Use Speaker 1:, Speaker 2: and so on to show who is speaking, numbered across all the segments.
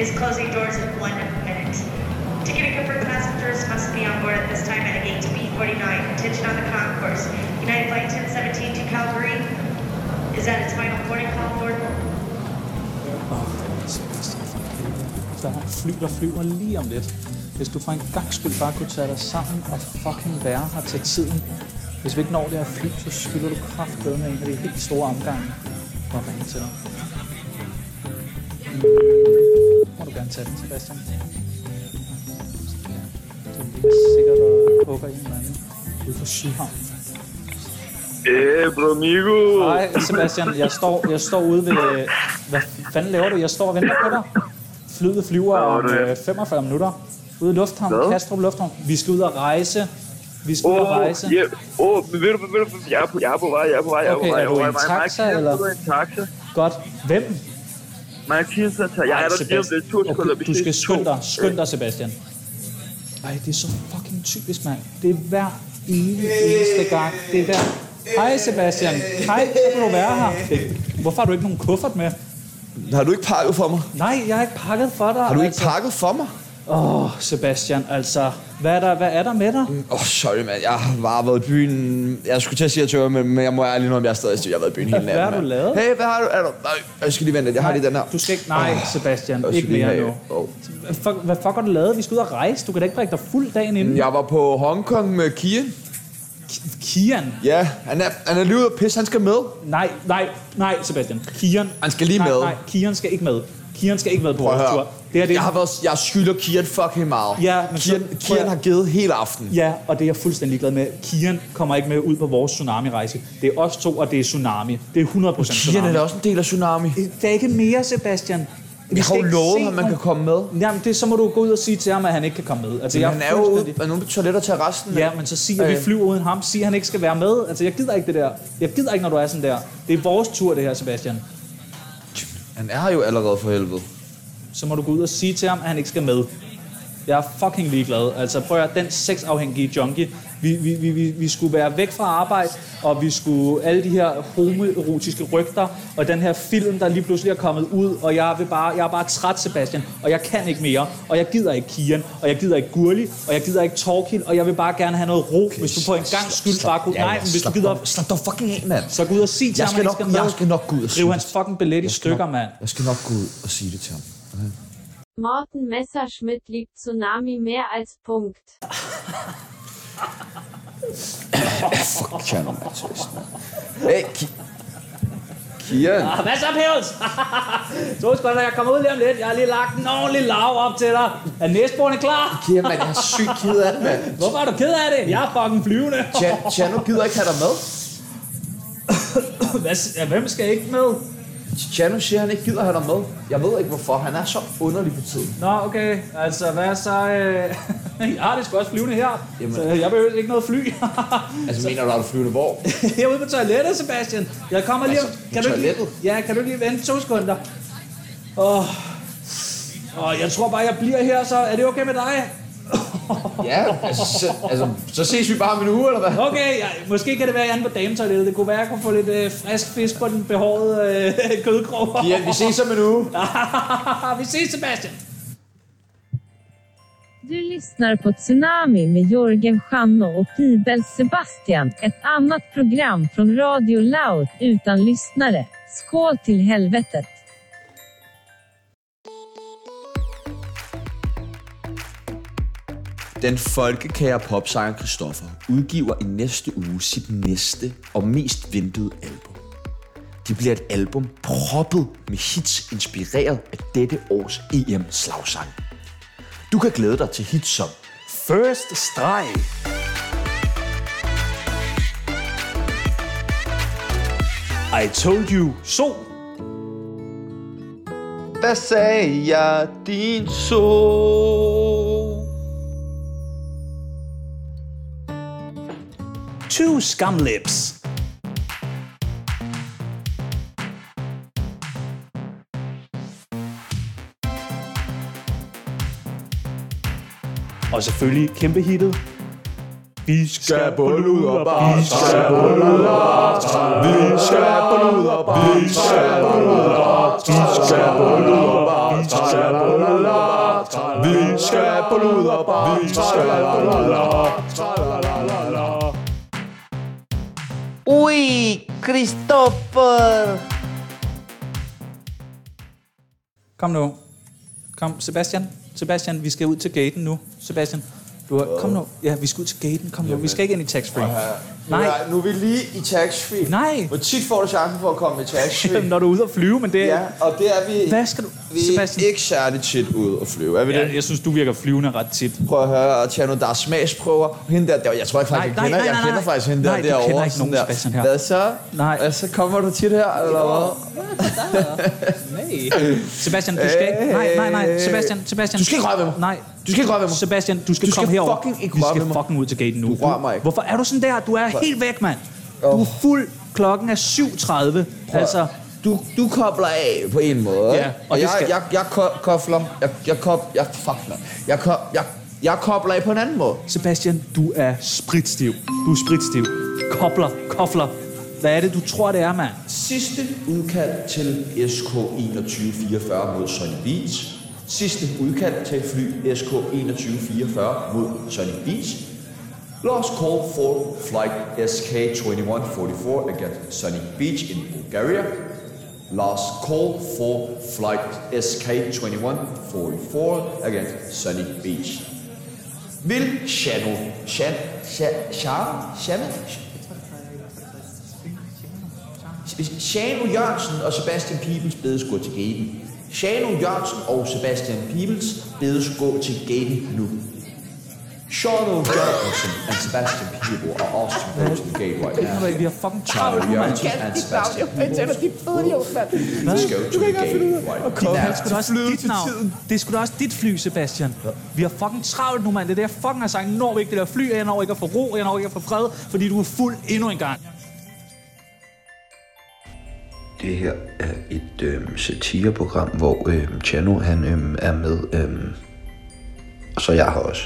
Speaker 1: is closing doors in one minute. Ticket and confirmed passengers must be on board at this time at gate B49. Attention on the concourse. United Flight 1017 to Calgary is at its final boarding call board.
Speaker 2: Der er et fly, der flyver lige om lidt. Hvis du for en gang skyld bare kunne tage dig sammen og fucking være her til tiden. Hvis vi ikke når det her fly, så skylder du kraftedeme med en af de helt store omgange. Og ringe til dig. Må du gerne tage den, Sebastian. Du ligger sikkert og hugger i en eller anden ude på Sydhavn.
Speaker 3: Æh, bro, amigo.
Speaker 2: Nej, Sebastian, jeg står, jeg står ude ved... Hvad fanden laver du? Jeg står og venter på dig. Flyet flyver
Speaker 3: Hvad var
Speaker 2: om
Speaker 3: det?
Speaker 2: øh, 45 minutter. Ude i Lufthavn,
Speaker 3: Hvad?
Speaker 2: Kastrup Lufthavn. Vi skal ud og rejse. Vi skal ud og
Speaker 3: Åh,
Speaker 2: rejse.
Speaker 3: ja. Åh, men ved du, ved du, jeg er på, jeg er på vej, jeg er på vej, jeg er på
Speaker 2: Okay,
Speaker 3: vej.
Speaker 2: er du i en taxa, eller?
Speaker 3: Jeg er en taxa.
Speaker 2: Godt. Hvem?
Speaker 3: Mathias er tager. Jeg er der lige om lidt. To sekunder.
Speaker 2: okay,
Speaker 3: Vi
Speaker 2: du skal
Speaker 3: ses.
Speaker 2: skynde dig.
Speaker 3: To.
Speaker 2: Skynd dig, Sebastian. Ej, det er så fucking typisk, mand. Det er hver evig eneste gang. Det er hver... Hej, Sebastian. Hej, så kan du være her. Hvorfor har du ikke nogen kuffert med?
Speaker 4: Har du ikke pakket for mig?
Speaker 2: Nej, jeg har ikke pakket for dig. altså.
Speaker 4: Har du ikke pakket for mig?
Speaker 2: Åh, oh, Sebastian, altså, hvad er, der, hvad er der med dig?
Speaker 4: Åh, oh, sorry, mand. Jeg har bare været i byen. Jeg skulle til at sige, at jeg tøver, men, men jeg må ærligt indrømme, jeg er stadig stiv. Jeg har været i byen hele
Speaker 2: Hvad
Speaker 4: natten.
Speaker 2: har du
Speaker 4: mand.
Speaker 2: lavet?
Speaker 4: Hey, hvad har du? Er du? Nej, jeg skal lige vente. lidt. Jeg har lige den her.
Speaker 2: Du skal ikke, nej,
Speaker 4: Åh,
Speaker 2: Sebastian,
Speaker 4: jeg skal
Speaker 2: ikke
Speaker 4: lige
Speaker 2: mere
Speaker 4: have-
Speaker 2: nu.
Speaker 4: Åh.
Speaker 2: Hvad fuck, hvad fuck har du lavet? Vi skal ud og rejse. Du kan da ikke drikke dig fuld dagen inden.
Speaker 4: Jeg var på Hongkong med Kian.
Speaker 2: Kian.
Speaker 4: Ja, han er, han er lige ude at pisse. Han skal med.
Speaker 2: Nej, nej, nej, Sebastian. Kian.
Speaker 4: Han skal lige
Speaker 2: nej,
Speaker 4: med.
Speaker 2: Nej, Kian skal ikke med. Kian skal ikke med på
Speaker 4: Prøv
Speaker 2: vores
Speaker 4: at
Speaker 2: tur.
Speaker 4: høre.
Speaker 2: Det er det.
Speaker 4: Jeg, har været, jeg skylder Kian fucking meget.
Speaker 2: Ja, men så-
Speaker 4: Kian,
Speaker 2: prøv at-
Speaker 4: Kian har givet hele aften.
Speaker 2: Ja, og det er jeg fuldstændig glad med. Kian kommer ikke med ud på vores tsunami-rejse. Det er os to, og det er tsunami. Det er 100%
Speaker 4: Kian er
Speaker 2: tsunami.
Speaker 4: da også en del af Tsunami.
Speaker 2: Det er ikke mere, Sebastian. Vi
Speaker 4: Jeg har
Speaker 2: skal
Speaker 4: jo
Speaker 2: ikke
Speaker 4: lovet
Speaker 2: se
Speaker 4: ham, man
Speaker 2: nogen-
Speaker 4: kan komme med.
Speaker 2: Jamen, det, så må du gå ud og sige til ham, at han ikke kan komme med. Altså,
Speaker 4: Men
Speaker 2: jeg
Speaker 4: han er jo ude
Speaker 2: fuldstændig-
Speaker 4: er nogen på toiletter til resten.
Speaker 2: Ja, men så sig, at vi
Speaker 4: Øh.
Speaker 2: flyver uden ham. Sig, at han ikke skal være med. Altså, jeg gider ikke det der. Jeg gider ikke, når du er sådan der. Det er vores tur, det her, Sebastian.
Speaker 4: Han er jo allerede for helvede.
Speaker 2: Så må du gå ud og sige til ham, at han ikke skal med. Jeg er fucking ligeglad. Altså, prøv at høre, den sexafhængige junkie. Vi, vi, vi, vi, vi skulle være væk fra arbejde, og vi skulle alle de her homoerotiske rygter, og den her film, der lige pludselig er kommet ud, og jeg, vil bare, jeg er bare træt, Sebastian, og jeg kan ikke mere, og jeg gider ikke Kian, og jeg gider ikke Gurli, og jeg gider ikke Torkild, og jeg vil bare gerne have noget ro, okay, hvis du på en gang skyld bare kunne... Nej, men hvis du gider...
Speaker 4: Slap dig fucking af, mand.
Speaker 2: Så gå ud og sig til
Speaker 4: Jeg
Speaker 2: ham, at
Speaker 4: skal
Speaker 2: han
Speaker 4: nok-
Speaker 2: skal med.
Speaker 4: jeg skal nok gå ud og sige
Speaker 2: Riv
Speaker 4: det.
Speaker 2: hans fucking billet i stykker, mand.
Speaker 4: Jeg skal nok gå ud og sige det til ham.
Speaker 5: Morten Messerschmidt liebt Tsunami mehr als Punkt.
Speaker 4: Fuck, Kian og Mathias, mand. Hey, Ki- Kian.
Speaker 2: Ah, Hvad så, Pels? Så skal jeg komme ud lige om lidt. Jeg har lige lagt en ordentlig lav op til dig. Er næstborene klar?
Speaker 4: Kian, mand, jeg er sygt ked af det, mand.
Speaker 2: Hvorfor er du ked af det? Jeg er fucking flyvende.
Speaker 4: Jan- Chano gider ikke have dig med.
Speaker 2: Hvad, s- ja, hvem skal ikke med?
Speaker 4: Chano siger, at han ikke gider have dig med. Jeg ved ikke hvorfor. Han er så underlig for tiden.
Speaker 2: Nå, okay. Altså, hvad så? Øh... Jeg har det sgu også flyvende her.
Speaker 4: Jamen.
Speaker 2: Så jeg behøver ikke noget fly.
Speaker 4: Altså, mener du, at du flyvende hvor?
Speaker 2: jeg er ude på toilettet, Sebastian. Jeg kommer lige om...
Speaker 4: Altså, på
Speaker 2: kan du ikke lige...
Speaker 4: toilettet?
Speaker 2: Ja, kan du lige vente to sekunder? Åh, oh, jeg tror bare, jeg bliver her, så er det okay med dig?
Speaker 4: Ja, altså, så, altså, så ses vi bare om en uge, eller hvad?
Speaker 2: Okay, ja, måske kan det være, at jeg er inde på dametoilettet. Det kunne være, at jeg kunne få lidt øh, frisk fisk på den behårede øh, kødkrog.
Speaker 4: Kian, vi ses om en uge.
Speaker 2: vi ses, Sebastian.
Speaker 6: Du lyssnar på Tsunami med Jörgen Schanno och Pibel Sebastian, ett annat program från Radio Loud utan lyssnare. Skål till helvetet!
Speaker 4: Den folkekære popsanger Christoffer udgiver i næste uge sit næste og mest ventede album. Det bliver et album proppet med hits inspireret af dette års EM-slagsang. Du kan glæde dig til hits som First Streg,
Speaker 2: I told you so.
Speaker 4: Hvad sagde jeg din sol?
Speaker 2: Two scum lips. Og selvfølgelig kæmpe hittet. Vi skal på luder bare. Vi skal på luder Vi skal på luder Vi skal på luder
Speaker 7: Vi skal på luderbar. Vi skal på luderbar.
Speaker 8: Uy, Christopher.
Speaker 2: Kom nu. Kom, Sebastian. Sebastian, vi skal ud til gaten nu. Sebastian, du har, kom nu. Ja, vi skal ud til gaten. Kom nu. Vi skal ikke ind i tax free. Nej.
Speaker 9: Nej. Nu er vi lige i tax-free.
Speaker 2: Nej.
Speaker 9: Hvor tit får du chancen for at komme i tax-free?
Speaker 2: Når du er ude at flyve, men det er...
Speaker 9: ja, og det er vi,
Speaker 2: Hvad skal du...
Speaker 9: vi er
Speaker 2: Sebastian.
Speaker 9: ikke særlig tit ude og flyve. Er vi det?
Speaker 2: Ja, jeg synes, du virker flyvende ret tit.
Speaker 9: Prøv at høre, og Tjerno, der er smagsprøver. Hende der, der jeg tror ikke faktisk,
Speaker 2: Nej,
Speaker 9: jeg
Speaker 2: nej,
Speaker 9: kender.
Speaker 2: nej,
Speaker 9: jeg
Speaker 2: nej,
Speaker 9: kender
Speaker 2: nej.
Speaker 9: faktisk hende der
Speaker 2: Nej, du
Speaker 9: derovre.
Speaker 2: kender ikke
Speaker 9: sådan
Speaker 2: nogen
Speaker 9: der.
Speaker 2: Sebastian her.
Speaker 9: Hvad så?
Speaker 2: Nej.
Speaker 9: Hvad så kommer du tit her, eller hvad?
Speaker 2: Nej. Sebastian, du skal ikke... Nej, nej, nej. Sebastian, Sebastian.
Speaker 9: Øh. Du skal ikke røre ved mig.
Speaker 2: Nej.
Speaker 9: Du skal ikke røre ved mig.
Speaker 2: Sebastian, du skal,
Speaker 9: Du skal
Speaker 2: komme herover.
Speaker 9: fucking ikke
Speaker 2: Vi
Speaker 9: røre
Speaker 2: skal
Speaker 9: ved mig.
Speaker 2: fucking ud til gaten nu.
Speaker 9: Du rører mig ikke.
Speaker 2: Hvorfor er du sådan der? Du er helt væk, mand. Du er fuld. Klokken er 7.30. Altså,
Speaker 9: Du, du kobler af på en måde.
Speaker 2: Ja,
Speaker 9: ikke?
Speaker 2: og
Speaker 9: og
Speaker 2: det
Speaker 9: jeg,
Speaker 2: skal-
Speaker 9: jeg, jeg ko- kobler, jeg, jeg, kob, jeg, fuck, man. jeg, ko, jeg, jeg kobler af på en anden måde.
Speaker 2: Sebastian, du er spritstiv. Du er spritstiv. Kobler, kofler. Hvad er det, du tror, det er, mand?
Speaker 4: Sidste udkald til E SK 2144 mod Sonny Beach. Sidste udkald til fly E SK 2144 mod Sonny Beach. Last call for flight SK2144 against Sunny Beach in Bulgaria. Last call for flight SK2144 against Sunny Beach. Vil Channel... Chan... Chan... Chan... Chan... Shano Jørgensen og Sebastian Pibels bedes gå til gaten. Shano Jørgensen og Sebastian Pibels bedes gå til gaten nu. Shano Jørgensen and Sebastian Peeble are asked to go to the gate right now.
Speaker 2: Vi har fucking travlt,
Speaker 4: Shano
Speaker 2: nu, mand.
Speaker 4: Jørgensen and Sebastian Peebles go to the gate right
Speaker 2: Det
Speaker 4: now.
Speaker 2: er sgu da også dit navn. Det er sgu da også dit fly, Sebastian. Vi har fucking travlt nu, mand. Det er det, jeg fucking har sagt. Jeg når ikke det der fly, jeg når ikke at få ro, jeg når ikke at få fred, fordi du er fuld endnu en gang.
Speaker 10: Det her er et øhm, satireprogram, hvor øhm, Chano han øhm, er med, øhm, og så jeg har også.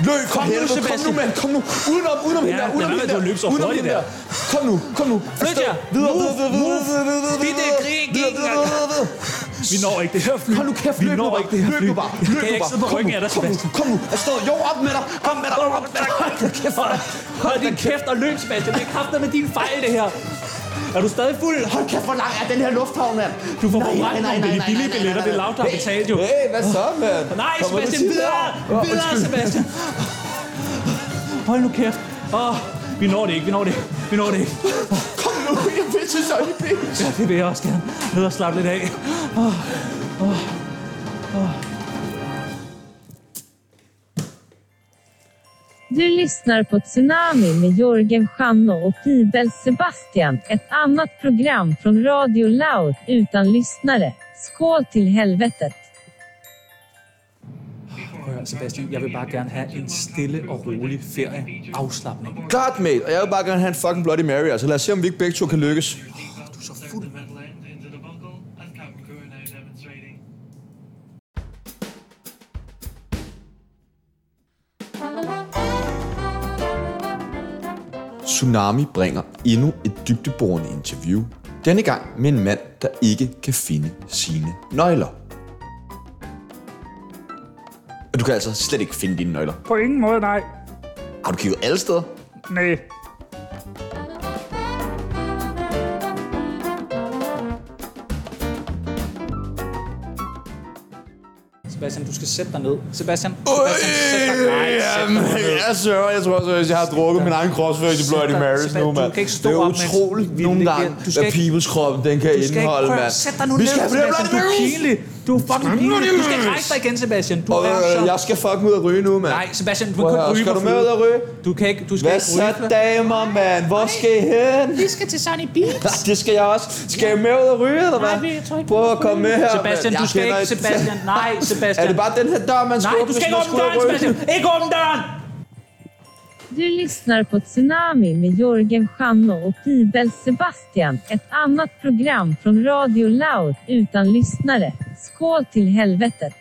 Speaker 9: Løb for
Speaker 2: nu,
Speaker 9: helvede, kom nu,
Speaker 2: Sebastian.
Speaker 9: mand, kom nu. Udenom, udenom hende der,
Speaker 2: lad
Speaker 9: udenom
Speaker 2: være
Speaker 9: hende
Speaker 2: med
Speaker 9: der.
Speaker 2: at løbe så
Speaker 9: udenom
Speaker 2: hurtigt
Speaker 9: hende Kom nu, kom nu.
Speaker 2: Flyt jer.
Speaker 9: Videre,
Speaker 2: Move,
Speaker 9: videre, videre,
Speaker 2: move.
Speaker 9: videre, videre, videre,
Speaker 2: Bitte
Speaker 9: videre,
Speaker 2: grin,
Speaker 9: videre,
Speaker 2: grin,
Speaker 9: videre, videre, videre.
Speaker 2: Vi når ikke det her fly.
Speaker 9: Hold nu kæft,
Speaker 2: Vi
Speaker 9: løb nu
Speaker 2: når
Speaker 9: bare.
Speaker 2: ikke det her
Speaker 9: Løb
Speaker 2: fly.
Speaker 9: nu bare.
Speaker 2: Jeg
Speaker 9: Løb
Speaker 2: kan
Speaker 9: nu
Speaker 2: ikke
Speaker 9: bare.
Speaker 2: sidde på
Speaker 9: Kom
Speaker 2: ryggen
Speaker 9: nu,
Speaker 2: af dig,
Speaker 9: kom nu,
Speaker 2: Sebastian.
Speaker 9: Kom nu, afsted. Jo, op med dig. Kom med dig. Op med dig. Hold da kæft, hvor er der-
Speaker 2: Hold din kæft og løb, Sebastian. Det er krafter med din fejl, det her. Er du stadig fuld?
Speaker 9: Hold kæft, hvor lang er den her lufthavn, mand?
Speaker 2: Du får
Speaker 9: Nej, nej,
Speaker 2: forbrændt
Speaker 9: nej,
Speaker 2: nogle
Speaker 9: nej,
Speaker 2: billige
Speaker 9: nej,
Speaker 2: billige
Speaker 9: nej,
Speaker 2: billetter.
Speaker 9: nej,
Speaker 2: Det er
Speaker 9: nej.
Speaker 2: lav, der har betalt jo.
Speaker 9: Hey, hvad så, mand?
Speaker 2: Nej,
Speaker 9: Kommer du
Speaker 2: Sebastian,
Speaker 9: til-
Speaker 2: videre!
Speaker 9: Åh,
Speaker 2: Videre,
Speaker 9: undskyld.
Speaker 2: Sebastian! Hold nu kæft. Åh, vi når det ikke, vi når det ikke, vi når det ikke.
Speaker 9: Kom nu, jeg vil til Sunny Beach.
Speaker 2: Ja, det vil jeg også gerne. Ned og slappe lidt af.
Speaker 6: Du lyssnar på Tsunami med Jörgen Schanno och Fibel Sebastian. Ett annat program från Radio Loud utan lyssnare. Skål till helvetet!
Speaker 2: Prøv at høre, Sebastian, jeg vil bare gerne have en stille og rolig ferie. Afslappning.
Speaker 9: Klart, mate. Og jeg vil bare gerne have en fucking Bloody Mary, altså. Lad os se, om vi ikke begge to kan lykkes.
Speaker 2: Du er så fuld.
Speaker 4: Tsunami bringer endnu et dybdeborende interview. Denne gang med en mand, der ikke kan finde sine nøgler. Og du kan altså slet ikke finde dine nøgler.
Speaker 2: På ingen måde, nej.
Speaker 4: Har du kigget alle steder?
Speaker 2: Nej. Sebastian, du skal sætte dig ned. Sebastian, Sebastian, sæt dig. Nej, sæt dig ned.
Speaker 7: Jeg sørger, jeg tror også, jeg har drukket min egen crossfit i Bloody
Speaker 2: Sebastian,
Speaker 7: Marys nu,
Speaker 2: Sebastian,
Speaker 7: mand.
Speaker 2: du kan ikke stå
Speaker 7: Det er
Speaker 2: op, mens
Speaker 7: utroligt
Speaker 2: vi
Speaker 7: nogle
Speaker 2: ligger-
Speaker 7: gange,
Speaker 2: Du skal
Speaker 7: hvad
Speaker 2: ikke-
Speaker 7: peoples kroppen, den kan
Speaker 2: Du skal ikke
Speaker 7: indeholde,
Speaker 2: prøve
Speaker 7: mand.
Speaker 2: at sætte dig nu
Speaker 7: Vi
Speaker 2: ned,
Speaker 7: skal have flere
Speaker 2: Sebastian.
Speaker 7: Bloody
Speaker 2: Du er
Speaker 7: Marys!
Speaker 2: pinlig. Du er fucking pinlig. Du skal ikke rejse dig igen, Sebastian. Du er så...
Speaker 9: øh, Jeg skal fucking ud og ryge nu, mand.
Speaker 2: Nej, Sebastian, du må
Speaker 9: Prøv
Speaker 2: kun
Speaker 9: at høre,
Speaker 2: ryge
Speaker 9: skal
Speaker 2: på
Speaker 9: du med ud og
Speaker 2: flyet.
Speaker 9: ryge?
Speaker 2: Du kan ikke, du skal
Speaker 9: Hvad
Speaker 2: ikke ryge.
Speaker 9: så, damer, mand? Hvor skal I hen?
Speaker 8: Vi skal til Sunny Beach.
Speaker 9: Det skal jeg også. Skal jeg med ud og ryge, eller hvad?
Speaker 8: Nej, jeg tror ikke,
Speaker 9: Prøv at komme med her. mand.
Speaker 2: Sebastian, du
Speaker 9: Jeg
Speaker 2: skal
Speaker 9: kender
Speaker 2: ikke, Sebastian. Nej, Sebastian.
Speaker 9: Er det bare den her dør, man skal
Speaker 2: Nej, du
Speaker 9: hvis
Speaker 2: skal ikke
Speaker 9: man
Speaker 2: åbne døren,
Speaker 9: ud og ryge?
Speaker 2: Sebastian. Ikke åbne døren!
Speaker 6: Du lyssnar på Tsunami med Jörgen Schanno och Fibel Sebastian. Ett annat program från Radio Loud utan lyssnare. Skål till helvetet!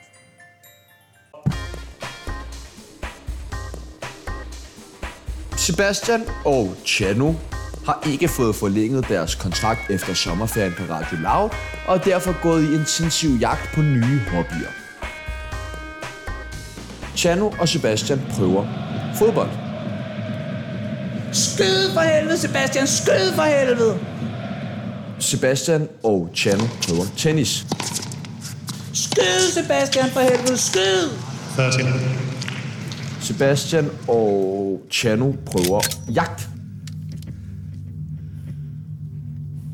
Speaker 4: Sebastian og Chano har ikke fået forlænget deres kontrakt efter sommerferien på Radio Loud, og er derfor gået i intensiv jagt på nye hobbyer. Chano og Sebastian prøver fodbold.
Speaker 8: Skyd for helvede, Sebastian! Skyd for helvede!
Speaker 4: Sebastian og Chano prøver tennis.
Speaker 8: Skyd, Sebastian, for helvede! Skyd!
Speaker 4: Sebastian og Chano prøver jagt.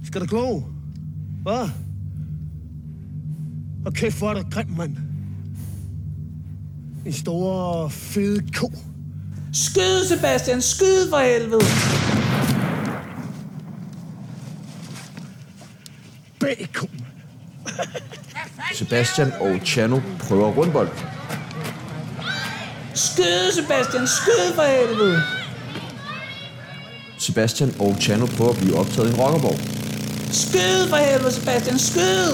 Speaker 11: Skal du glo? Hvad? Og kæft, hvor er du grim, mand. En stor, fed ko.
Speaker 8: Skyd, Sebastian! Skyd for helvede!
Speaker 11: Bacon.
Speaker 4: Sebastian og Chano prøver rundbold.
Speaker 8: Skyd, Sebastian! Skyd for helvede!
Speaker 4: Sebastian og Chano prøver at blive optaget i en rockerborg.
Speaker 8: Skyd for helvede, Sebastian! Skyd!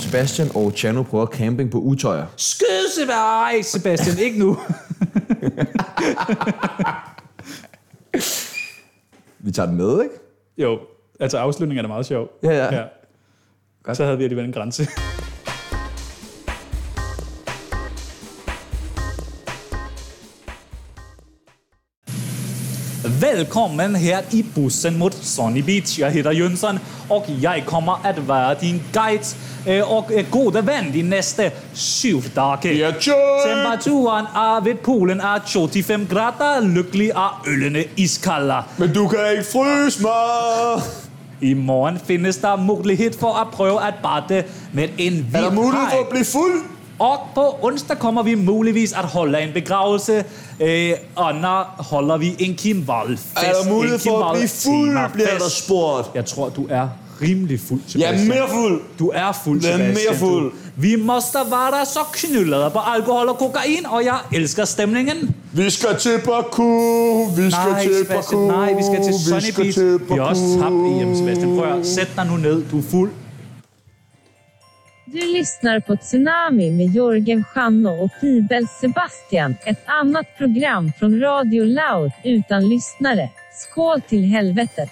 Speaker 4: Sebastian og Chano prøver camping på Utøjer.
Speaker 8: Skyd, Sebastian! Ej, ikke Sebastian, ikke nu!
Speaker 4: Vi tager den med, ikke?
Speaker 2: Jo, altså afslutningen er da meget sjov.
Speaker 4: Ja, ja.
Speaker 2: Godt. Så havde vi alligevel en grænse. Velkommen her i bussen mod Sunny Beach. Jeg hedder Jønsson, og jeg kommer at være din guide øh, og øh, gode ven de næste syv dage.
Speaker 7: Ja, tjøk!
Speaker 2: Temperaturen er ved polen er 25 grader. Lykkelig er ølene iskolde.
Speaker 7: Men du kan ikke fryse mig!
Speaker 2: I morgen findes der mulighed for at prøve at batte med en hvid
Speaker 7: Er der mulighed for
Speaker 2: haj.
Speaker 7: at blive fuld?
Speaker 2: Og på onsdag kommer vi muligvis at holde en begravelse, øh, og når holder vi en Kim Wall-fest.
Speaker 7: Er der mulighed
Speaker 2: En Kim
Speaker 7: for at
Speaker 2: Wall
Speaker 7: blive fuld,
Speaker 2: temafest.
Speaker 7: bliver der spurgt.
Speaker 2: Jeg tror, du er rimelig fuld,
Speaker 7: Jeg
Speaker 2: Sebastian.
Speaker 7: er mere fuld.
Speaker 2: Du er fuld,
Speaker 7: Jeg er
Speaker 2: Sebastian.
Speaker 7: mere fuld.
Speaker 2: Du. Vi måste være så knyllede på alkohol og kokain, og jeg elsker stemningen.
Speaker 7: Vi skal til Baku, vi skal
Speaker 2: Nej,
Speaker 7: til
Speaker 2: Sebastian,
Speaker 7: Baku,
Speaker 2: nej, vi skal til Sunny
Speaker 7: vi skal
Speaker 2: Beach.
Speaker 7: til
Speaker 2: Vi har også
Speaker 7: Baku.
Speaker 2: tabt EM, Sebastian. Prøv at sæt dig nu ned. Du er fuld.
Speaker 6: Du lyssnar på Tsunami med Jörgen Schanno och Fibel Sebastian. Ett annat program från Radio Loud utan lyssnare. Skål till helvetet!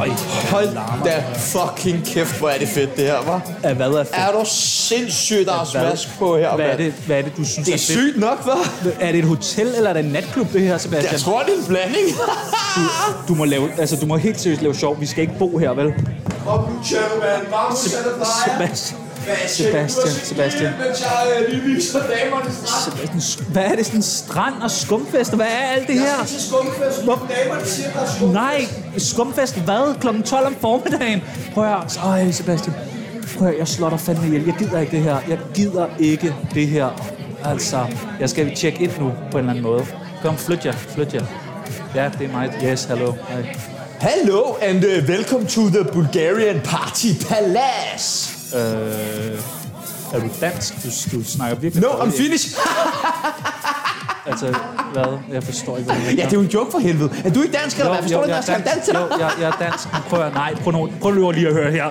Speaker 2: Øj,
Speaker 9: Hold da fucking kæft, hvor er det fedt det her, var.
Speaker 2: Ja, Hvad er fedt?
Speaker 9: Er du sindssygt, der er
Speaker 2: Hvad-
Speaker 9: smask på her,
Speaker 2: hvad er,
Speaker 9: mand?
Speaker 2: det, hvad er det, du synes
Speaker 9: Det er
Speaker 2: er fedt?
Speaker 9: sygt nok, hva'?
Speaker 2: Er det et hotel, eller er det en natklub, det her, Sebastian?
Speaker 9: Jeg tror, det er en blanding.
Speaker 2: Du må, lave, altså, du må helt seriøst lave sjov. Vi skal ikke bo her, vel?
Speaker 7: Op nu, kære mand. Varme sætter dig.
Speaker 2: Sebastian. Sebastian, Sebastian.
Speaker 7: Mens jeg øh, lige viser damerne strand.
Speaker 2: Sebastian, sk- hvad er det sådan strand og skumfester? Hvad er alt det her?
Speaker 7: Jeg skal til skumfest. Damerne siger, der er skumfest.
Speaker 2: Nej, skumfest hvad? Klokken 12 om formiddagen? Prøv at høre. Øj, Sebastian. Prøv at høre, jeg slår dig fandme ihjel. Jeg gider ikke det her. Jeg gider ikke det her. Altså, jeg skal tjekke ind nu på en eller anden måde. Kom, flyt jer, flyt jer. Ja, det er mig. Yes, hallo. Hej.
Speaker 9: Hello and uh, welcome to the Bulgarian Party Palace.
Speaker 2: Øh, er du dansk? Du, du snakker virkelig
Speaker 9: No, I'm
Speaker 2: dårligt.
Speaker 9: Finnish.
Speaker 2: Altså, hvad? Jeg forstår ikke, hvad du mener.
Speaker 9: Ja, det er jo en joke for helvede. Er du ikke dansk, eller hvad? Forstår du
Speaker 2: jeg
Speaker 9: ikke,
Speaker 2: er
Speaker 9: når jeg skal danse til dig?
Speaker 2: Jo, jeg, jeg er dansk. Men Prøv at, nej, prøv, nu, prøv nu lige at høre her.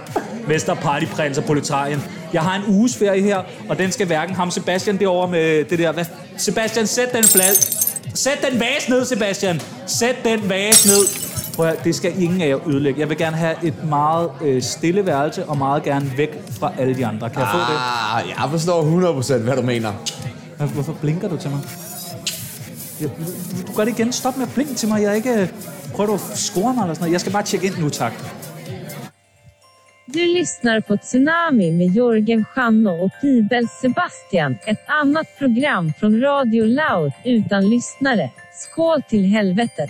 Speaker 2: Mester Partyprins og Proletarien. Jeg har en uges ferie her, og den skal hverken ham Sebastian derovre med det der... Hvad? Sebastian, sæt den flad. Sæt den vase ned, Sebastian. Sæt den vase ned. Prøv at, høre, det skal ingen af jer ødelægge. Jeg vil gerne have et meget øh, stille værelse, og meget gerne væk fra alle de andre. Kan jeg få det?
Speaker 9: Ah, jeg forstår 100% hvad du mener.
Speaker 2: Hvad- Hvorfor blinker du til mig? Jeg- Du gør det igen. Stop med at blinke til mig. Jeg er ikke... øh, Prøver du at score mig eller sådan noget? Jeg skal bare tjekke ind nu, tak.
Speaker 6: Du lyssnar på Tsunami med Jörgen Schanno och Fibel Sebastian. Ett annat program från Radio Loud utan lyssnare. Skål till helvetet!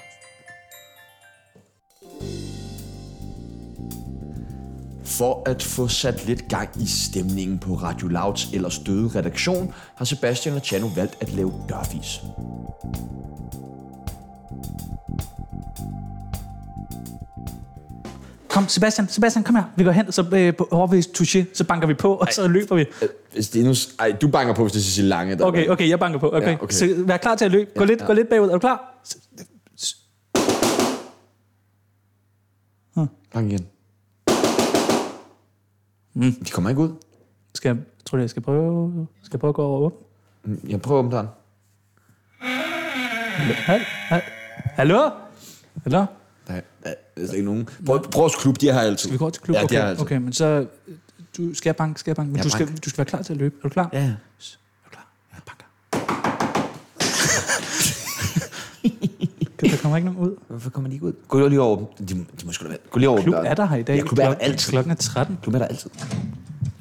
Speaker 4: For at få sat lidt gang i stemningen på Radio Louds ellers døde redaktion, har Sebastian og Chano valgt at lave dørfis.
Speaker 2: Kom, Sebastian, Sebastian, kom her. Vi går hen, så øh, på- over ved Touché, så banker vi på, og så løber vi.
Speaker 4: Øh,
Speaker 9: Hvis det er nu... Ej, du banker på, hvis det er Cecilie Lange. Der
Speaker 2: Okay, okay, jeg banker på. Okay.
Speaker 9: Ja, okay.
Speaker 2: Så vær klar til at løbe. Gå, lidt, gå lidt bagud. Er du klar?
Speaker 9: Bank igen.
Speaker 2: Hmm.
Speaker 9: Mm. De kommer ikke ud.
Speaker 2: Skal jeg, tror du, jeg skal prøve, skal jeg prøve at gå over og åbne?
Speaker 9: Jeg prøver at åbne døren.
Speaker 2: Hal- hal- Hallo? Eller?
Speaker 4: Nej, der er ikke nogen. Prøv, prøv at klub, de har altid. Skal
Speaker 2: vi gå til klub?
Speaker 4: Ja, de
Speaker 2: okay,
Speaker 4: har altid.
Speaker 2: okay, men så... Du, skal jeg banke? Skal jeg banke? Men
Speaker 4: Ja,
Speaker 2: du, skal,
Speaker 4: bank.
Speaker 2: du skal være klar til at løbe. Er du klar?
Speaker 4: Ja, ja.
Speaker 2: Kan- Der kommer ikke nogen ud.
Speaker 4: Hvorfor kommer de ikke ud? Gå lige over dem. De, de må sgu da være. Gå lige over
Speaker 2: Klub
Speaker 4: døren.
Speaker 2: er der her i dag.
Speaker 4: Ja, klub er der
Speaker 2: Klokken-
Speaker 4: altid.
Speaker 2: Klokken er 13.
Speaker 4: Klub er der altid.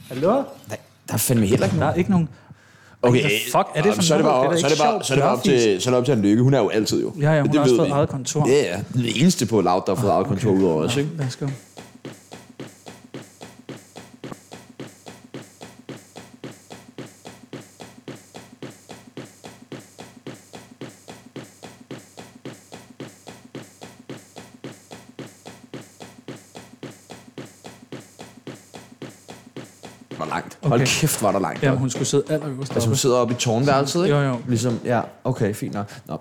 Speaker 2: Hallo?
Speaker 4: Der er fandme heller ikke
Speaker 2: Der er ikke nogen...
Speaker 4: Okay,
Speaker 2: Hvad fuck er det
Speaker 4: jamen,
Speaker 2: for
Speaker 4: så er det
Speaker 2: noget?
Speaker 4: bare,
Speaker 2: Det er da ikke
Speaker 4: så er det bare,
Speaker 2: sjovt,
Speaker 4: så er det bare op til,
Speaker 2: Blåfis.
Speaker 4: så er det op til Lykke. Hun er jo altid jo.
Speaker 2: Ja, ja, hun
Speaker 4: Det
Speaker 2: har også
Speaker 4: ved
Speaker 2: fået
Speaker 4: vi.
Speaker 2: eget kontor.
Speaker 4: Ja, ja. Den eneste på Loud, der har fået eget kontor udover os, ikke?
Speaker 2: Lad os gå.
Speaker 4: Hvor langt. Hold kæft, var der langt.
Speaker 2: Jamen, hun skulle sidde allerøverst.
Speaker 4: Altså, hun
Speaker 2: oppe.
Speaker 4: sidder oppe i tårnværelset, ikke?
Speaker 2: Jo, jo.
Speaker 4: Ligesom, ja, okay, fint nok. Nå.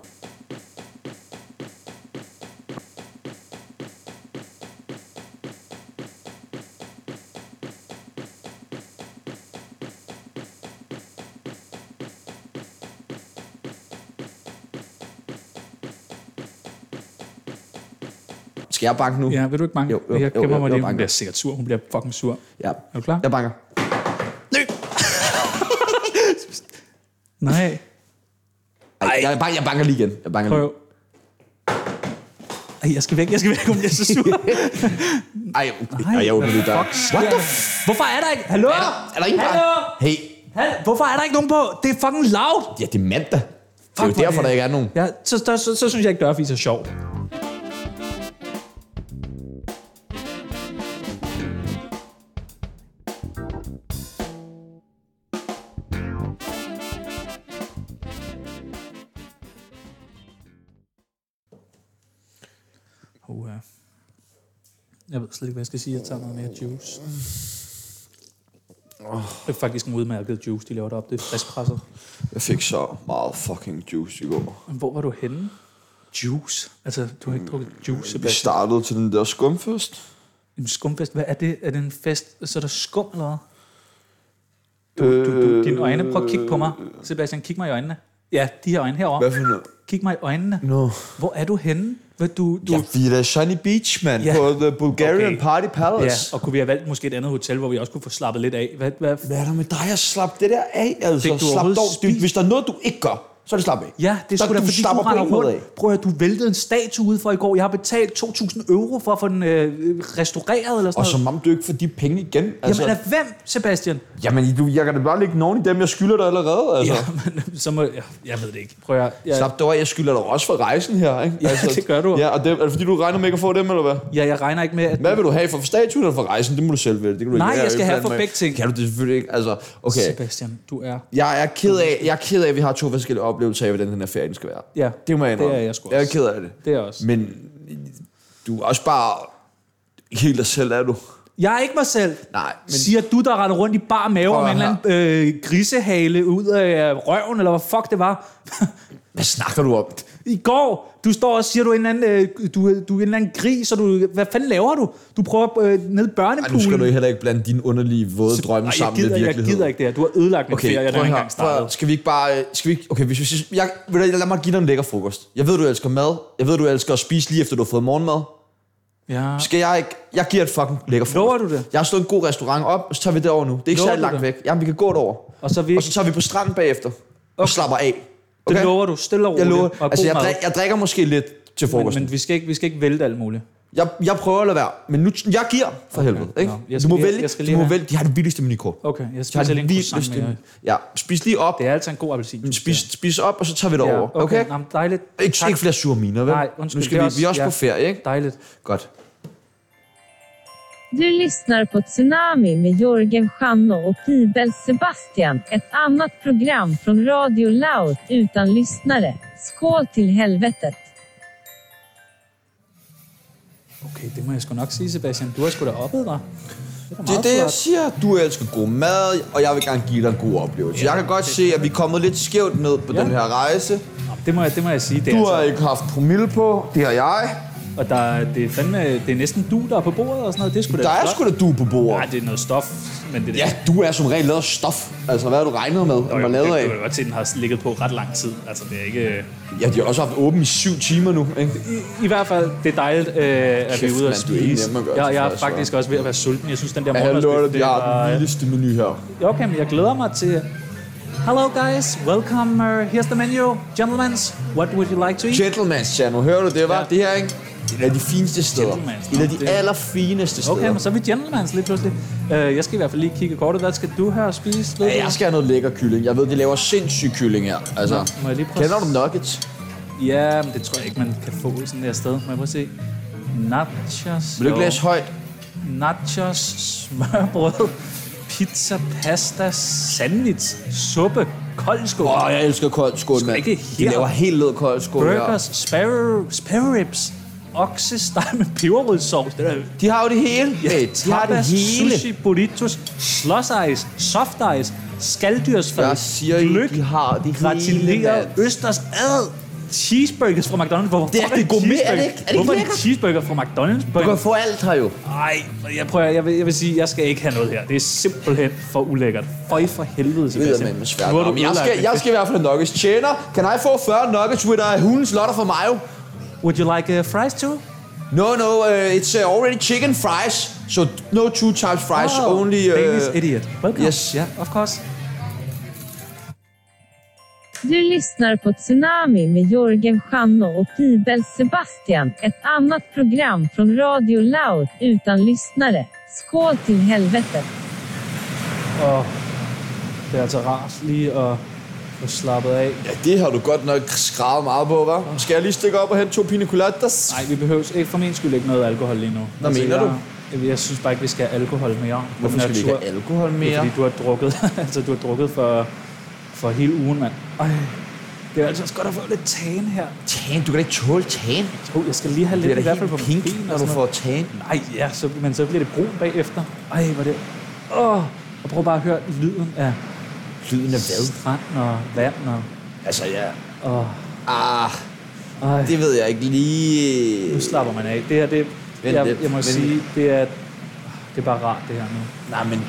Speaker 4: Skal jeg banke nu?
Speaker 2: Ja, vil du ikke banke?
Speaker 4: Jo, jo,
Speaker 2: jeg
Speaker 4: jo,
Speaker 2: gemmer
Speaker 4: jo,
Speaker 2: mig lige.
Speaker 4: jo,
Speaker 2: Hun
Speaker 4: banker.
Speaker 2: bliver sikkert sur. Hun bliver fucking sur.
Speaker 4: Ja.
Speaker 2: Er du klar?
Speaker 4: Jeg banker.
Speaker 2: Nej.
Speaker 4: Ej, jeg, banker, jeg banker lige igen. Jeg banker
Speaker 2: Prøv. Ej, jeg skal væk. Jeg skal væk. Hun bliver så sur.
Speaker 4: lige. Ej, okay. Ej, jeg åbner lige døren. What the f-
Speaker 2: Hvorfor er der ikke... Hallo? Er
Speaker 4: Er der ingen
Speaker 2: Hallo?
Speaker 4: Hey.
Speaker 2: Hallo? Hvorfor er der ikke nogen på? Det er fucking loud.
Speaker 4: Ja, det er mandag. Det er jo
Speaker 2: Fuck, hvor
Speaker 4: derfor,
Speaker 2: er det-
Speaker 4: der ikke er nogen.
Speaker 2: Ja, så, så, så, så synes jeg ikke, dørfis er sjov. Uh, jeg ved slet ikke, hvad jeg skal sige. Jeg tager noget mere juice. Det er faktisk en udmærket juice, de laver deroppe. Det er friskpresset.
Speaker 4: Jeg fik så meget fucking juice i går.
Speaker 2: Men Hvor var du henne? Juice? Altså, du
Speaker 4: Mm,
Speaker 2: har ikke drukket juice,
Speaker 4: Vi
Speaker 2: Sebastian.
Speaker 4: startede til den der skumfest.
Speaker 2: En skumfest? Hvad er det? Er det en fest? Så er der skum, eller hvad? Du,
Speaker 4: Øh,
Speaker 2: du, du, dine øjne, prøv at kigge på mig. Sebastian, kig mig i øjnene. Ja, de her øjne herovre.
Speaker 4: Hvad for noget?
Speaker 2: Kig mig i øjnene.
Speaker 4: No.
Speaker 2: Hvor er du henne? Hvad du, du...
Speaker 4: Ja, vi er da Sunny Beach, man.
Speaker 2: Ja.
Speaker 4: På The Bulgarian
Speaker 2: Okay.
Speaker 4: Party Palace.
Speaker 2: Ja, og kunne vi have valgt måske et andet hotel, hvor vi også kunne få slappet lidt af? Hvad, hvad?
Speaker 4: Hvad er der med dig? Jeg slap det der af. Altså,
Speaker 2: Fik du
Speaker 4: slap
Speaker 2: overhovedet
Speaker 4: dog.
Speaker 2: spist?
Speaker 4: Du, hvis der er noget, du ikke gør, så er det slap af.
Speaker 2: Ja, det
Speaker 4: Så
Speaker 2: er sgu da,
Speaker 4: du
Speaker 2: fordi du
Speaker 4: slapper på
Speaker 2: render
Speaker 4: ingen måde
Speaker 2: rundt. Prøv at høre, du væltede en statue ud for i går. Jeg har betalt 2.000 euro for at få den øh, restaureret eller sådan
Speaker 4: Og som
Speaker 2: noget.
Speaker 4: om du ikke får de penge igen. Altså,
Speaker 2: Jamen, af hvem, Sebastian?
Speaker 4: jamen, du, jeg kan da bare lægge nogen i dem, jeg skylder dig allerede. Altså.
Speaker 2: Jamen, øh, så må, jeg, jeg ved det ikke. Prøv at høre,
Speaker 4: Ja.
Speaker 2: jeg,
Speaker 4: Slap dog af, jeg skylder dig også for rejsen her. Ikke? Altså,
Speaker 2: Ja, det gør du.
Speaker 4: Ja, og det, er det fordi, du regner med ikke at få dem, eller hvad?
Speaker 2: Ja, jeg regner ikke med, at...
Speaker 4: Hvad vil du have for statuen eller for rejsen? Det må du selv vælge. Det kan du
Speaker 2: Nej,
Speaker 4: ikke.
Speaker 2: jeg skal
Speaker 4: ikke
Speaker 2: have
Speaker 4: blande
Speaker 2: for
Speaker 4: mig i.
Speaker 2: begge ting.
Speaker 4: Kan du det selvfølgelig ikke? Altså, okay.
Speaker 2: Sebastian, du er...
Speaker 4: Jeg er, ked af, jeg er ked af, at vi har to forskellige oplevelser af, hvordan den her ferie den skal være.
Speaker 2: Ja,
Speaker 4: Det må jeg
Speaker 2: det
Speaker 4: indrømme.
Speaker 2: er jeg sgu
Speaker 4: Jeg er
Speaker 2: også.
Speaker 4: ked af det.
Speaker 2: Det er jeg også.
Speaker 4: Men du er også bare helt dig selv, er du?
Speaker 2: Jeg er ikke mig selv.
Speaker 4: Nej, men
Speaker 2: Siger du, der render rundt i bar mave
Speaker 4: Prøv
Speaker 2: om en
Speaker 4: at
Speaker 2: eller anden øh, grisehale ud af røven, eller hvad fuck det var.
Speaker 4: hvad snakker du om?
Speaker 2: I går, du står og siger, du er en eller anden, øh, du, er- du er en eller anden gris, og du, hvad fanden laver du? Du prøver øh, ned i
Speaker 4: Ej,
Speaker 2: børnepoolen.
Speaker 4: nu skal du heller ikke blande dine underlige våde drømme
Speaker 2: Ej, jeg
Speaker 4: sammen
Speaker 2: gider,
Speaker 4: med
Speaker 2: jeg
Speaker 4: virkeligheden.
Speaker 2: gider ikke det her. Du har ødelagt min okay, ferie, jeg
Speaker 4: prøv
Speaker 2: har ikke
Speaker 4: her.
Speaker 2: engang
Speaker 4: Prøv
Speaker 2: startet.
Speaker 4: at- Skal vi ikke bare... øh, Skal vi ikke, okay, hvis vi, synes- jeg, ved du, hvad, lad mig give dig en lækker frokost. Jeg ved, du elsker mad. Jeg ved, du elsker at spise lige efter, du har fået morgenmad.
Speaker 2: Ja.
Speaker 4: Skal jeg ikke... Jeg giver et fucking lækker frokost.
Speaker 2: Lover du det?
Speaker 4: Jeg har slået en god restaurant op, og så tager vi derover nu. Det er ikke
Speaker 2: Lover
Speaker 4: særlig
Speaker 2: du
Speaker 4: langt
Speaker 2: det?
Speaker 4: væk. Jamen, vi kan gå derover.
Speaker 2: Og så vi...
Speaker 4: Og så tager vi på stranden bagefter. Og slapper af.
Speaker 2: Det lover du, stille og roligt.
Speaker 4: Jeg lover.
Speaker 2: Og
Speaker 4: Altså,
Speaker 2: god
Speaker 4: jeg,
Speaker 2: mad.
Speaker 4: drik, jeg drikker måske lidt til
Speaker 2: men,
Speaker 4: frokosten.
Speaker 2: men vi, skal ikke, vi skal ikke vælte alt muligt.
Speaker 4: Jeg, jeg prøver at lade være, men nu, jeg giver for okay, helvede. Ikke?
Speaker 2: nå, jeg
Speaker 4: du
Speaker 2: skal
Speaker 4: må
Speaker 2: lige-
Speaker 4: vælge,
Speaker 2: jeg skal
Speaker 4: du
Speaker 2: lige
Speaker 4: må
Speaker 2: have-
Speaker 4: vælge. De har det billigste menukort.
Speaker 2: Okay, jeg
Speaker 4: De har
Speaker 2: spiser
Speaker 4: det
Speaker 2: lige en croissant
Speaker 4: billigste
Speaker 2: med jer.
Speaker 4: menu. Ja, spis lige op.
Speaker 2: Det er altså en god appelsin.
Speaker 4: Spis, spis op, og så tager vi det
Speaker 2: Ja,
Speaker 4: over. Okay? okay?
Speaker 2: Jamen, dejligt.
Speaker 4: Ikke,
Speaker 2: Tak.
Speaker 4: ikke flere sure miner, vel?
Speaker 2: Nej, undskyld,
Speaker 4: Nu skal
Speaker 2: det er
Speaker 4: vi,
Speaker 2: også-
Speaker 4: vi er også
Speaker 2: ja.
Speaker 4: på ferie, ikke?
Speaker 2: Dejligt.
Speaker 4: Godt.
Speaker 6: Du lyssnar på Tsunami med Jörgen Schanno och Bibel Sebastian. Ett annat program från Radio Loud utan lyssnare. Skål till helvetet!
Speaker 2: Okay, det må jeg sgu nok sige, Sebastian. Du har sgu da oppet dig. da
Speaker 4: Det er
Speaker 2: meget
Speaker 4: det, jeg
Speaker 2: flot.
Speaker 4: siger. Du elsker god mad, og jeg vil gerne give dig en god oplevelse. Jeg kan godt se, at vi er kommet lidt skævt ned på den her rejse.
Speaker 2: Det må jeg, det må jeg sige. Det er
Speaker 4: Du har
Speaker 2: altså,
Speaker 4: ikke haft promille på, det har jeg.
Speaker 2: Og der, er- det, er fandme, det er næsten du, der er på bordet og sådan noget. Det er sgu da
Speaker 4: Der er
Speaker 2: flot.
Speaker 4: sgu da du på bordet.
Speaker 2: Nej, det er noget stof, men det er
Speaker 4: Ja, du er som regel lavet af stof. Altså, hvad har du regnet med, at man
Speaker 2: det,
Speaker 4: lavet af?
Speaker 2: det kan godt se, at den har ligget på ret lang tid. Altså, det er ikke...
Speaker 4: Ja, de har også haft åben i syv timer nu, ikke?
Speaker 2: I, i hvert fald, det er dejligt, øh, at vi er ude og
Speaker 4: mand, du er ikke
Speaker 2: spise.
Speaker 4: nem at gøre
Speaker 2: jeg, jeg er
Speaker 4: tilfreds,
Speaker 2: faktisk også ved at være sulten. Jeg synes, den der
Speaker 4: Ja, jeg lover
Speaker 2: morgenmadsbøf,
Speaker 4: dig, de har
Speaker 2: var-
Speaker 4: den vildeste menu her.
Speaker 2: Ja, Okay, men jeg glæder mig til... Hello guys, welcome. Uh, here's the menu. Gentlemen's, what would you like to eat?
Speaker 4: Gentleman's Channel, hører du det, var? Ja. Det her, ikke? Det er de fineste steder.
Speaker 2: Gentleman's,
Speaker 4: Et af
Speaker 2: nå,
Speaker 4: de
Speaker 2: det-
Speaker 4: allerfineste steder.
Speaker 2: Okay, men så er vi gentlemen's lige pludselig. Uh, jeg skal i hvert fald lige kigge kortet. Hvad skal du her og spise? Ved
Speaker 4: Ja, jeg skal have noget lækker kylling. Jeg ved, de laver sindssyg kylling her. Altså,
Speaker 2: Nå, må jeg lige prøve-
Speaker 4: kender du nuggets?
Speaker 2: du? Ja, men det tror jeg ikke, man kan få i sådan der sted. Må jeg prøve at se? Nachos.
Speaker 4: Vil du ikke
Speaker 2: jo.
Speaker 4: læse højt?
Speaker 2: Nachos, smørbrød, pizza, pasta, sandwich, suppe, koldskål.
Speaker 4: Åh, jeg elsker kold skål, mand.
Speaker 2: ikke
Speaker 4: De
Speaker 2: her.
Speaker 4: laver helt lød kold skål her.
Speaker 2: Burgers, spare, spare ribs, oksesteg med peberrødsovs. Det der,
Speaker 4: De har jo det hele.
Speaker 2: ja,
Speaker 4: mate. de har det
Speaker 2: tapas,
Speaker 4: hele.
Speaker 2: Sushi, burritos, slush ice, soft ice, skalddyrsfad,
Speaker 4: Jeg siger jo, de har det hele,
Speaker 2: gratineret
Speaker 4: mand.
Speaker 2: østers ad, cheeseburgers fra McDonald's. Hvorfor
Speaker 4: Det er
Speaker 2: fuck en
Speaker 4: det gourmet, er det
Speaker 2: cheeseburger?
Speaker 4: ikke? Er det ikke
Speaker 2: Hvorfor en
Speaker 4: lækkert?
Speaker 2: cheeseburger fra McDonald's?
Speaker 4: Du kan få alt her jo.
Speaker 2: Nej, jeg prøver, jeg vil, jeg vil sige, jeg skal ikke have noget her. Det er simpelthen for ulækkert. Føj for helvede, Sebastian.
Speaker 4: Eddermame
Speaker 2: Nu
Speaker 4: svært.
Speaker 2: har du
Speaker 4: Nå, men Jeg
Speaker 2: ødelagt
Speaker 4: skal,
Speaker 2: det.
Speaker 4: jeg skal i hvert fald have nuggets. Tjener, kan jeg få 40 nuggets with a hulens lotter for mig?
Speaker 2: Would you like uh, fries too?
Speaker 4: No, no, uh, it's uh, already chicken fries. So no two types fries,
Speaker 2: Oh,
Speaker 4: only... Uh,
Speaker 2: Danish idiot. Welcome.
Speaker 4: Yes.
Speaker 2: Yeah, of course.
Speaker 6: Du lyssnar på Tsunami med Jörgen Schanno och Pibel Sebastian, ett annat program från Radio Loud utan lyssnare. Skål till helvetet!
Speaker 2: Og det er altså rart lige at få slappet af.
Speaker 4: Ja, det har du godt nok skravet meget på, hva'? Skal jeg lige stikke op og hente to pina coladas?
Speaker 2: Nej, vi behøver ikke, for min skyld ikke noget alkohol lige nu. Altså,
Speaker 4: Hvad mener
Speaker 2: jeg, Jeg, jeg synes bare ikke, vi skal have alkohol mere. på
Speaker 4: Hvorfor
Speaker 2: den her
Speaker 4: skal vi ikke
Speaker 2: tur.
Speaker 4: have alkohol
Speaker 2: Det er,
Speaker 4: mere?
Speaker 2: fordi du har drukket, altså, du har drukket for, for hele ugen, mand. Øj, det er altså også godt at få lidt tan her.
Speaker 4: Tan? Du kan da ikke tåle tan?
Speaker 2: Jo, jeg skal lige have
Speaker 4: Det
Speaker 2: lidt,
Speaker 4: er
Speaker 2: i
Speaker 4: da
Speaker 2: hvert fald
Speaker 4: helt
Speaker 2: på
Speaker 4: pink,
Speaker 2: min ben
Speaker 4: når
Speaker 2: og
Speaker 4: du
Speaker 2: sådan noget.
Speaker 4: får tan.
Speaker 2: Nej, ja, så, men så bliver det brun bagefter. Ej, hvor er det... Åh, og prøv bare at høre lyden af...
Speaker 4: Lyden af hvad?
Speaker 2: Strand og vand og...
Speaker 4: Altså, ja.
Speaker 2: Åh,
Speaker 4: Ah,
Speaker 2: Ej.
Speaker 4: det ved jeg ikke lige...
Speaker 2: nu slapper man af. Det her, det...
Speaker 4: Vent
Speaker 2: Jeg,
Speaker 4: lidt,
Speaker 2: jeg må
Speaker 4: vent
Speaker 2: sige,
Speaker 4: lidt.
Speaker 2: det er... Det er bare rart, det her nu.
Speaker 4: Nej, men...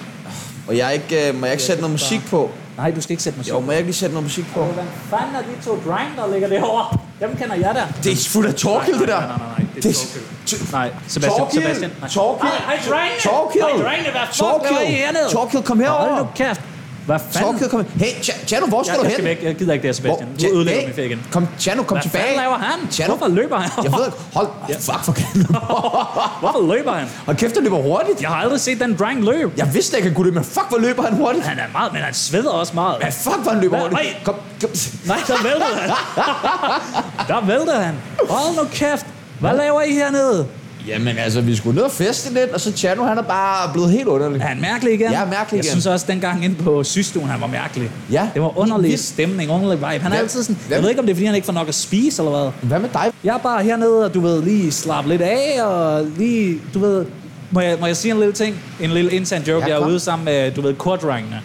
Speaker 4: Og jeg ikke, øh, må jeg ikke sætte noget musik på?
Speaker 2: Nej, du skal ikke sætte musik
Speaker 4: Jo, må jeg ikke lige sætte noget musik på?
Speaker 2: Hvad fanden er de to drenge, der ligger derovre? Dem kender jeg da.
Speaker 4: Det er fuldt af Torkild, det der.
Speaker 2: Nej, nej, nej, nej, det er Torkild. Nej, Sebastian,
Speaker 4: Torkild!
Speaker 2: Sebastian. Nej.
Speaker 4: Torkild!
Speaker 2: Ej, Hej, drengene! Hej, drengene,
Speaker 4: Torkild!
Speaker 2: hvad fuck
Speaker 4: Torkild!
Speaker 2: laver I hernede?
Speaker 4: Torkild, kom herover!
Speaker 2: Hold nu kæft. Hvad fanden?
Speaker 4: Torkild, kom Hey, Ch- Chano, hvor skal
Speaker 2: jeg,
Speaker 4: du
Speaker 2: jeg
Speaker 4: hen?
Speaker 2: skal væk. Jeg gider ikke det her, Sebastian.
Speaker 4: Hvor-
Speaker 2: Du
Speaker 4: Ja,
Speaker 2: ødelægger
Speaker 4: hey,
Speaker 2: min ferie igen.
Speaker 4: Kom, Chano, kom
Speaker 2: Hvad
Speaker 4: tilbage.
Speaker 2: fanden laver han?
Speaker 4: Tjerno.
Speaker 2: Hvorfor løber han?
Speaker 4: Jeg ved ikke. Hold, fuck, for kæft.
Speaker 2: Hvorfor løber han?
Speaker 4: Hold kæft, det løber hurtigt.
Speaker 2: Jeg har aldrig set den dreng løbe.
Speaker 4: Jeg vidste ikke, han kunne det, men fuck, hvor løber han hurtigt.
Speaker 2: Han er meget, men han sveder også meget.
Speaker 4: Ja, fuck, hvor han løber
Speaker 2: Hvad?
Speaker 4: hurtigt.
Speaker 2: Ej.
Speaker 4: Kom, kom.
Speaker 2: Nej, der væltede han. der væltede han. Hold nu kæft. Hvad laver I hernede?
Speaker 4: Jamen altså, vi skulle ned og feste lidt, og så Chano, han er bare blevet helt underlig.
Speaker 2: Er han mærkelig igen?
Speaker 4: Ja, mærkelig
Speaker 2: Jeg
Speaker 4: igen.
Speaker 2: synes også, dengang inde på sygstuen, han var mærkelig.
Speaker 4: Ja.
Speaker 2: Det var underlig stemning, underlig vibe. Han er
Speaker 4: Hvem-
Speaker 2: altid sådan... Jeg
Speaker 4: hvem-
Speaker 2: ved ikke, om det er, fordi han ikke får nok at spise, eller hvad?
Speaker 4: Hvad med dig?
Speaker 2: Jeg er bare hernede, og du ved, lige slappe lidt af, og lige, du ved... Må jeg, må jeg sige en lille ting? En lille intern joke.
Speaker 4: Ja,
Speaker 2: jeg er
Speaker 4: kom.
Speaker 2: ude sammen med, du ved, kordrengene.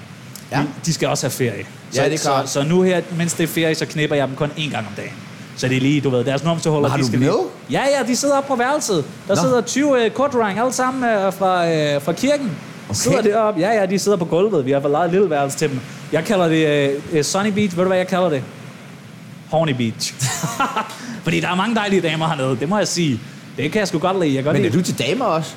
Speaker 4: Ja.
Speaker 2: De, de skal også have ferie.
Speaker 4: Ja, det er
Speaker 2: så,
Speaker 4: klart.
Speaker 2: så, så nu her, mens det er ferie, så knipper jeg dem kun én gang om dagen. Så det er lige, du ved, deres numsehuller,
Speaker 4: Men har
Speaker 2: de
Speaker 4: du
Speaker 2: skal
Speaker 4: dem
Speaker 2: lige...
Speaker 4: med?
Speaker 2: Ja, ja, de sidder oppe på værelset. Der
Speaker 4: Nå.
Speaker 2: sidder 20 uh, kortrang, alle sammen uh, fra, uh, fra kirken. Okay. Sidder deroppe. Ja, ja, de sidder på gulvet. Vi har fået lejet et lille værelse til dem. Jeg kalder det uh, uh, Sunny Beach. Ved du, hvad jeg kalder det? Horny Beach. Fordi der er mange dejlige damer hernede, det må jeg sige. Det kan jeg sgu godt lide. Jeg kan godt
Speaker 4: Men er
Speaker 2: lide.
Speaker 4: du til damer også?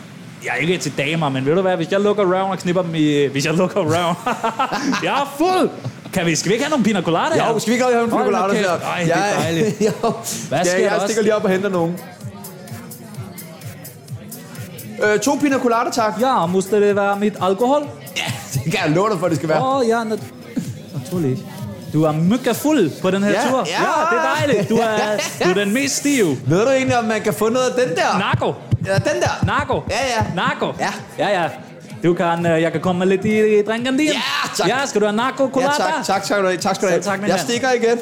Speaker 2: Jeg er ikke til damer, men ved du hvad, hvis jeg lukker round og knipper dem i... Hvis jeg lukker round... jeg er fuld! Kan vi, skal vi ikke have nogle pina colada?
Speaker 4: Jo, skal vi ikke lige have en
Speaker 2: Hold nu
Speaker 4: chokolade
Speaker 2: kæft.
Speaker 4: der?
Speaker 2: Ej, det er dejligt.
Speaker 4: jo.
Speaker 2: Hvad
Speaker 4: Ja,
Speaker 2: sker der
Speaker 4: jeg,
Speaker 2: også?
Speaker 4: jeg stikker lige op og henter nogen. Øh, to pina colada, tak.
Speaker 2: Ja, måste det være mit alkohol?
Speaker 4: Ja, det kan jeg love dig for, det skal være.
Speaker 2: Åh, oh, ja, nat- naturligt. Du er mygge fuld på den her
Speaker 4: Ja,
Speaker 2: tur.
Speaker 4: ja.
Speaker 2: ja, det er dejligt. Du er, du er den mest stive.
Speaker 4: Ved du egentlig, om man kan få noget af den der?
Speaker 2: Narko.
Speaker 4: Ja, den der.
Speaker 2: Narko.
Speaker 4: Ja, ja.
Speaker 2: Narko.
Speaker 4: Ja.
Speaker 2: Ja, ja. Du kan, øh, jeg kan komme med lidt i, i drinken din.
Speaker 4: Ja, tak.
Speaker 2: Ja, skal du have narko
Speaker 4: Ja,
Speaker 2: colada?
Speaker 4: tak, tak, tak, tak, tak skal du have.
Speaker 2: Selv tak, min
Speaker 4: jeg
Speaker 2: mand.
Speaker 4: stikker igen.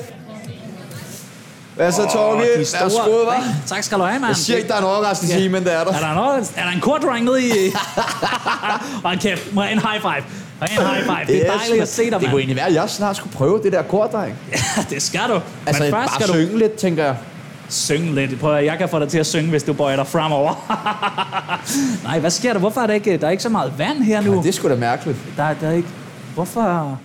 Speaker 4: Hvad så, Torke?
Speaker 2: Åh, de store.
Speaker 4: Værsgo, hva'?
Speaker 2: Nej, Tak skal du have, mand.
Speaker 4: Jeg siger ikke, der er en overraskelse i, men det er der.
Speaker 2: Er der, noget, er der en kort dreng nede i... Hold kæft, må jeg en high five? Må jeg en high five? Det er
Speaker 4: Yes,
Speaker 2: dejligt at se dig,
Speaker 4: Det kunne
Speaker 2: mand.
Speaker 4: egentlig være, at jeg snart skulle prøve det der kord, dreng.
Speaker 2: Ja, det skal du.
Speaker 4: Altså,
Speaker 2: Men først
Speaker 4: bare
Speaker 2: skal du
Speaker 4: synge lidt, tænker jeg.
Speaker 2: Synge lidt. Prøv at, jeg kan få dig til at synge, hvis du bøjer dig fremover. Nej, hvad sker der? Hvorfor er der ikke, der er ikke så meget vand her nu? Ja, det
Speaker 4: er sgu da mærkeligt.
Speaker 2: Der, er- der er ikke... Hvorfor...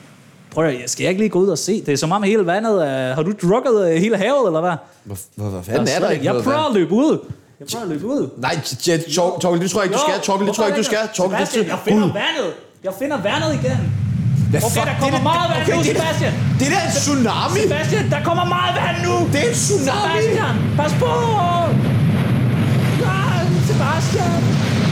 Speaker 2: Prøv at, skal jeg ikke lige gå ud og se? Det er som om hele vandet... Øh, har du drukket øh, hele havet, eller hvad?
Speaker 4: Hvor, hvor, hvor fanden er der
Speaker 2: slet
Speaker 4: ikke
Speaker 2: Jeg
Speaker 4: noget
Speaker 2: prøver
Speaker 4: vand?
Speaker 2: at løbe ud. Jeg prøver at løbe ud.
Speaker 4: Nej, Jet, Tor- Torkel, det tror jeg ikke, du
Speaker 2: Jo,
Speaker 4: skal. Torkel, det tror jeg ikke, du skal.
Speaker 2: hvorfor
Speaker 4: Torkel, det Uh.
Speaker 2: Sebastian, jeg finder vandet. Jeg finder vandet igen.
Speaker 4: Hvad
Speaker 2: okay,
Speaker 4: fuck?
Speaker 2: der kommer
Speaker 4: Det-
Speaker 2: meget vand
Speaker 4: okay,
Speaker 2: nu,
Speaker 4: det-
Speaker 2: Sebastian.
Speaker 4: det der er en tsunami.
Speaker 2: Sebastian, der kommer meget vand nu.
Speaker 4: Det er en tsunami.
Speaker 2: Sebastian, pas på. Nej, Sebastian.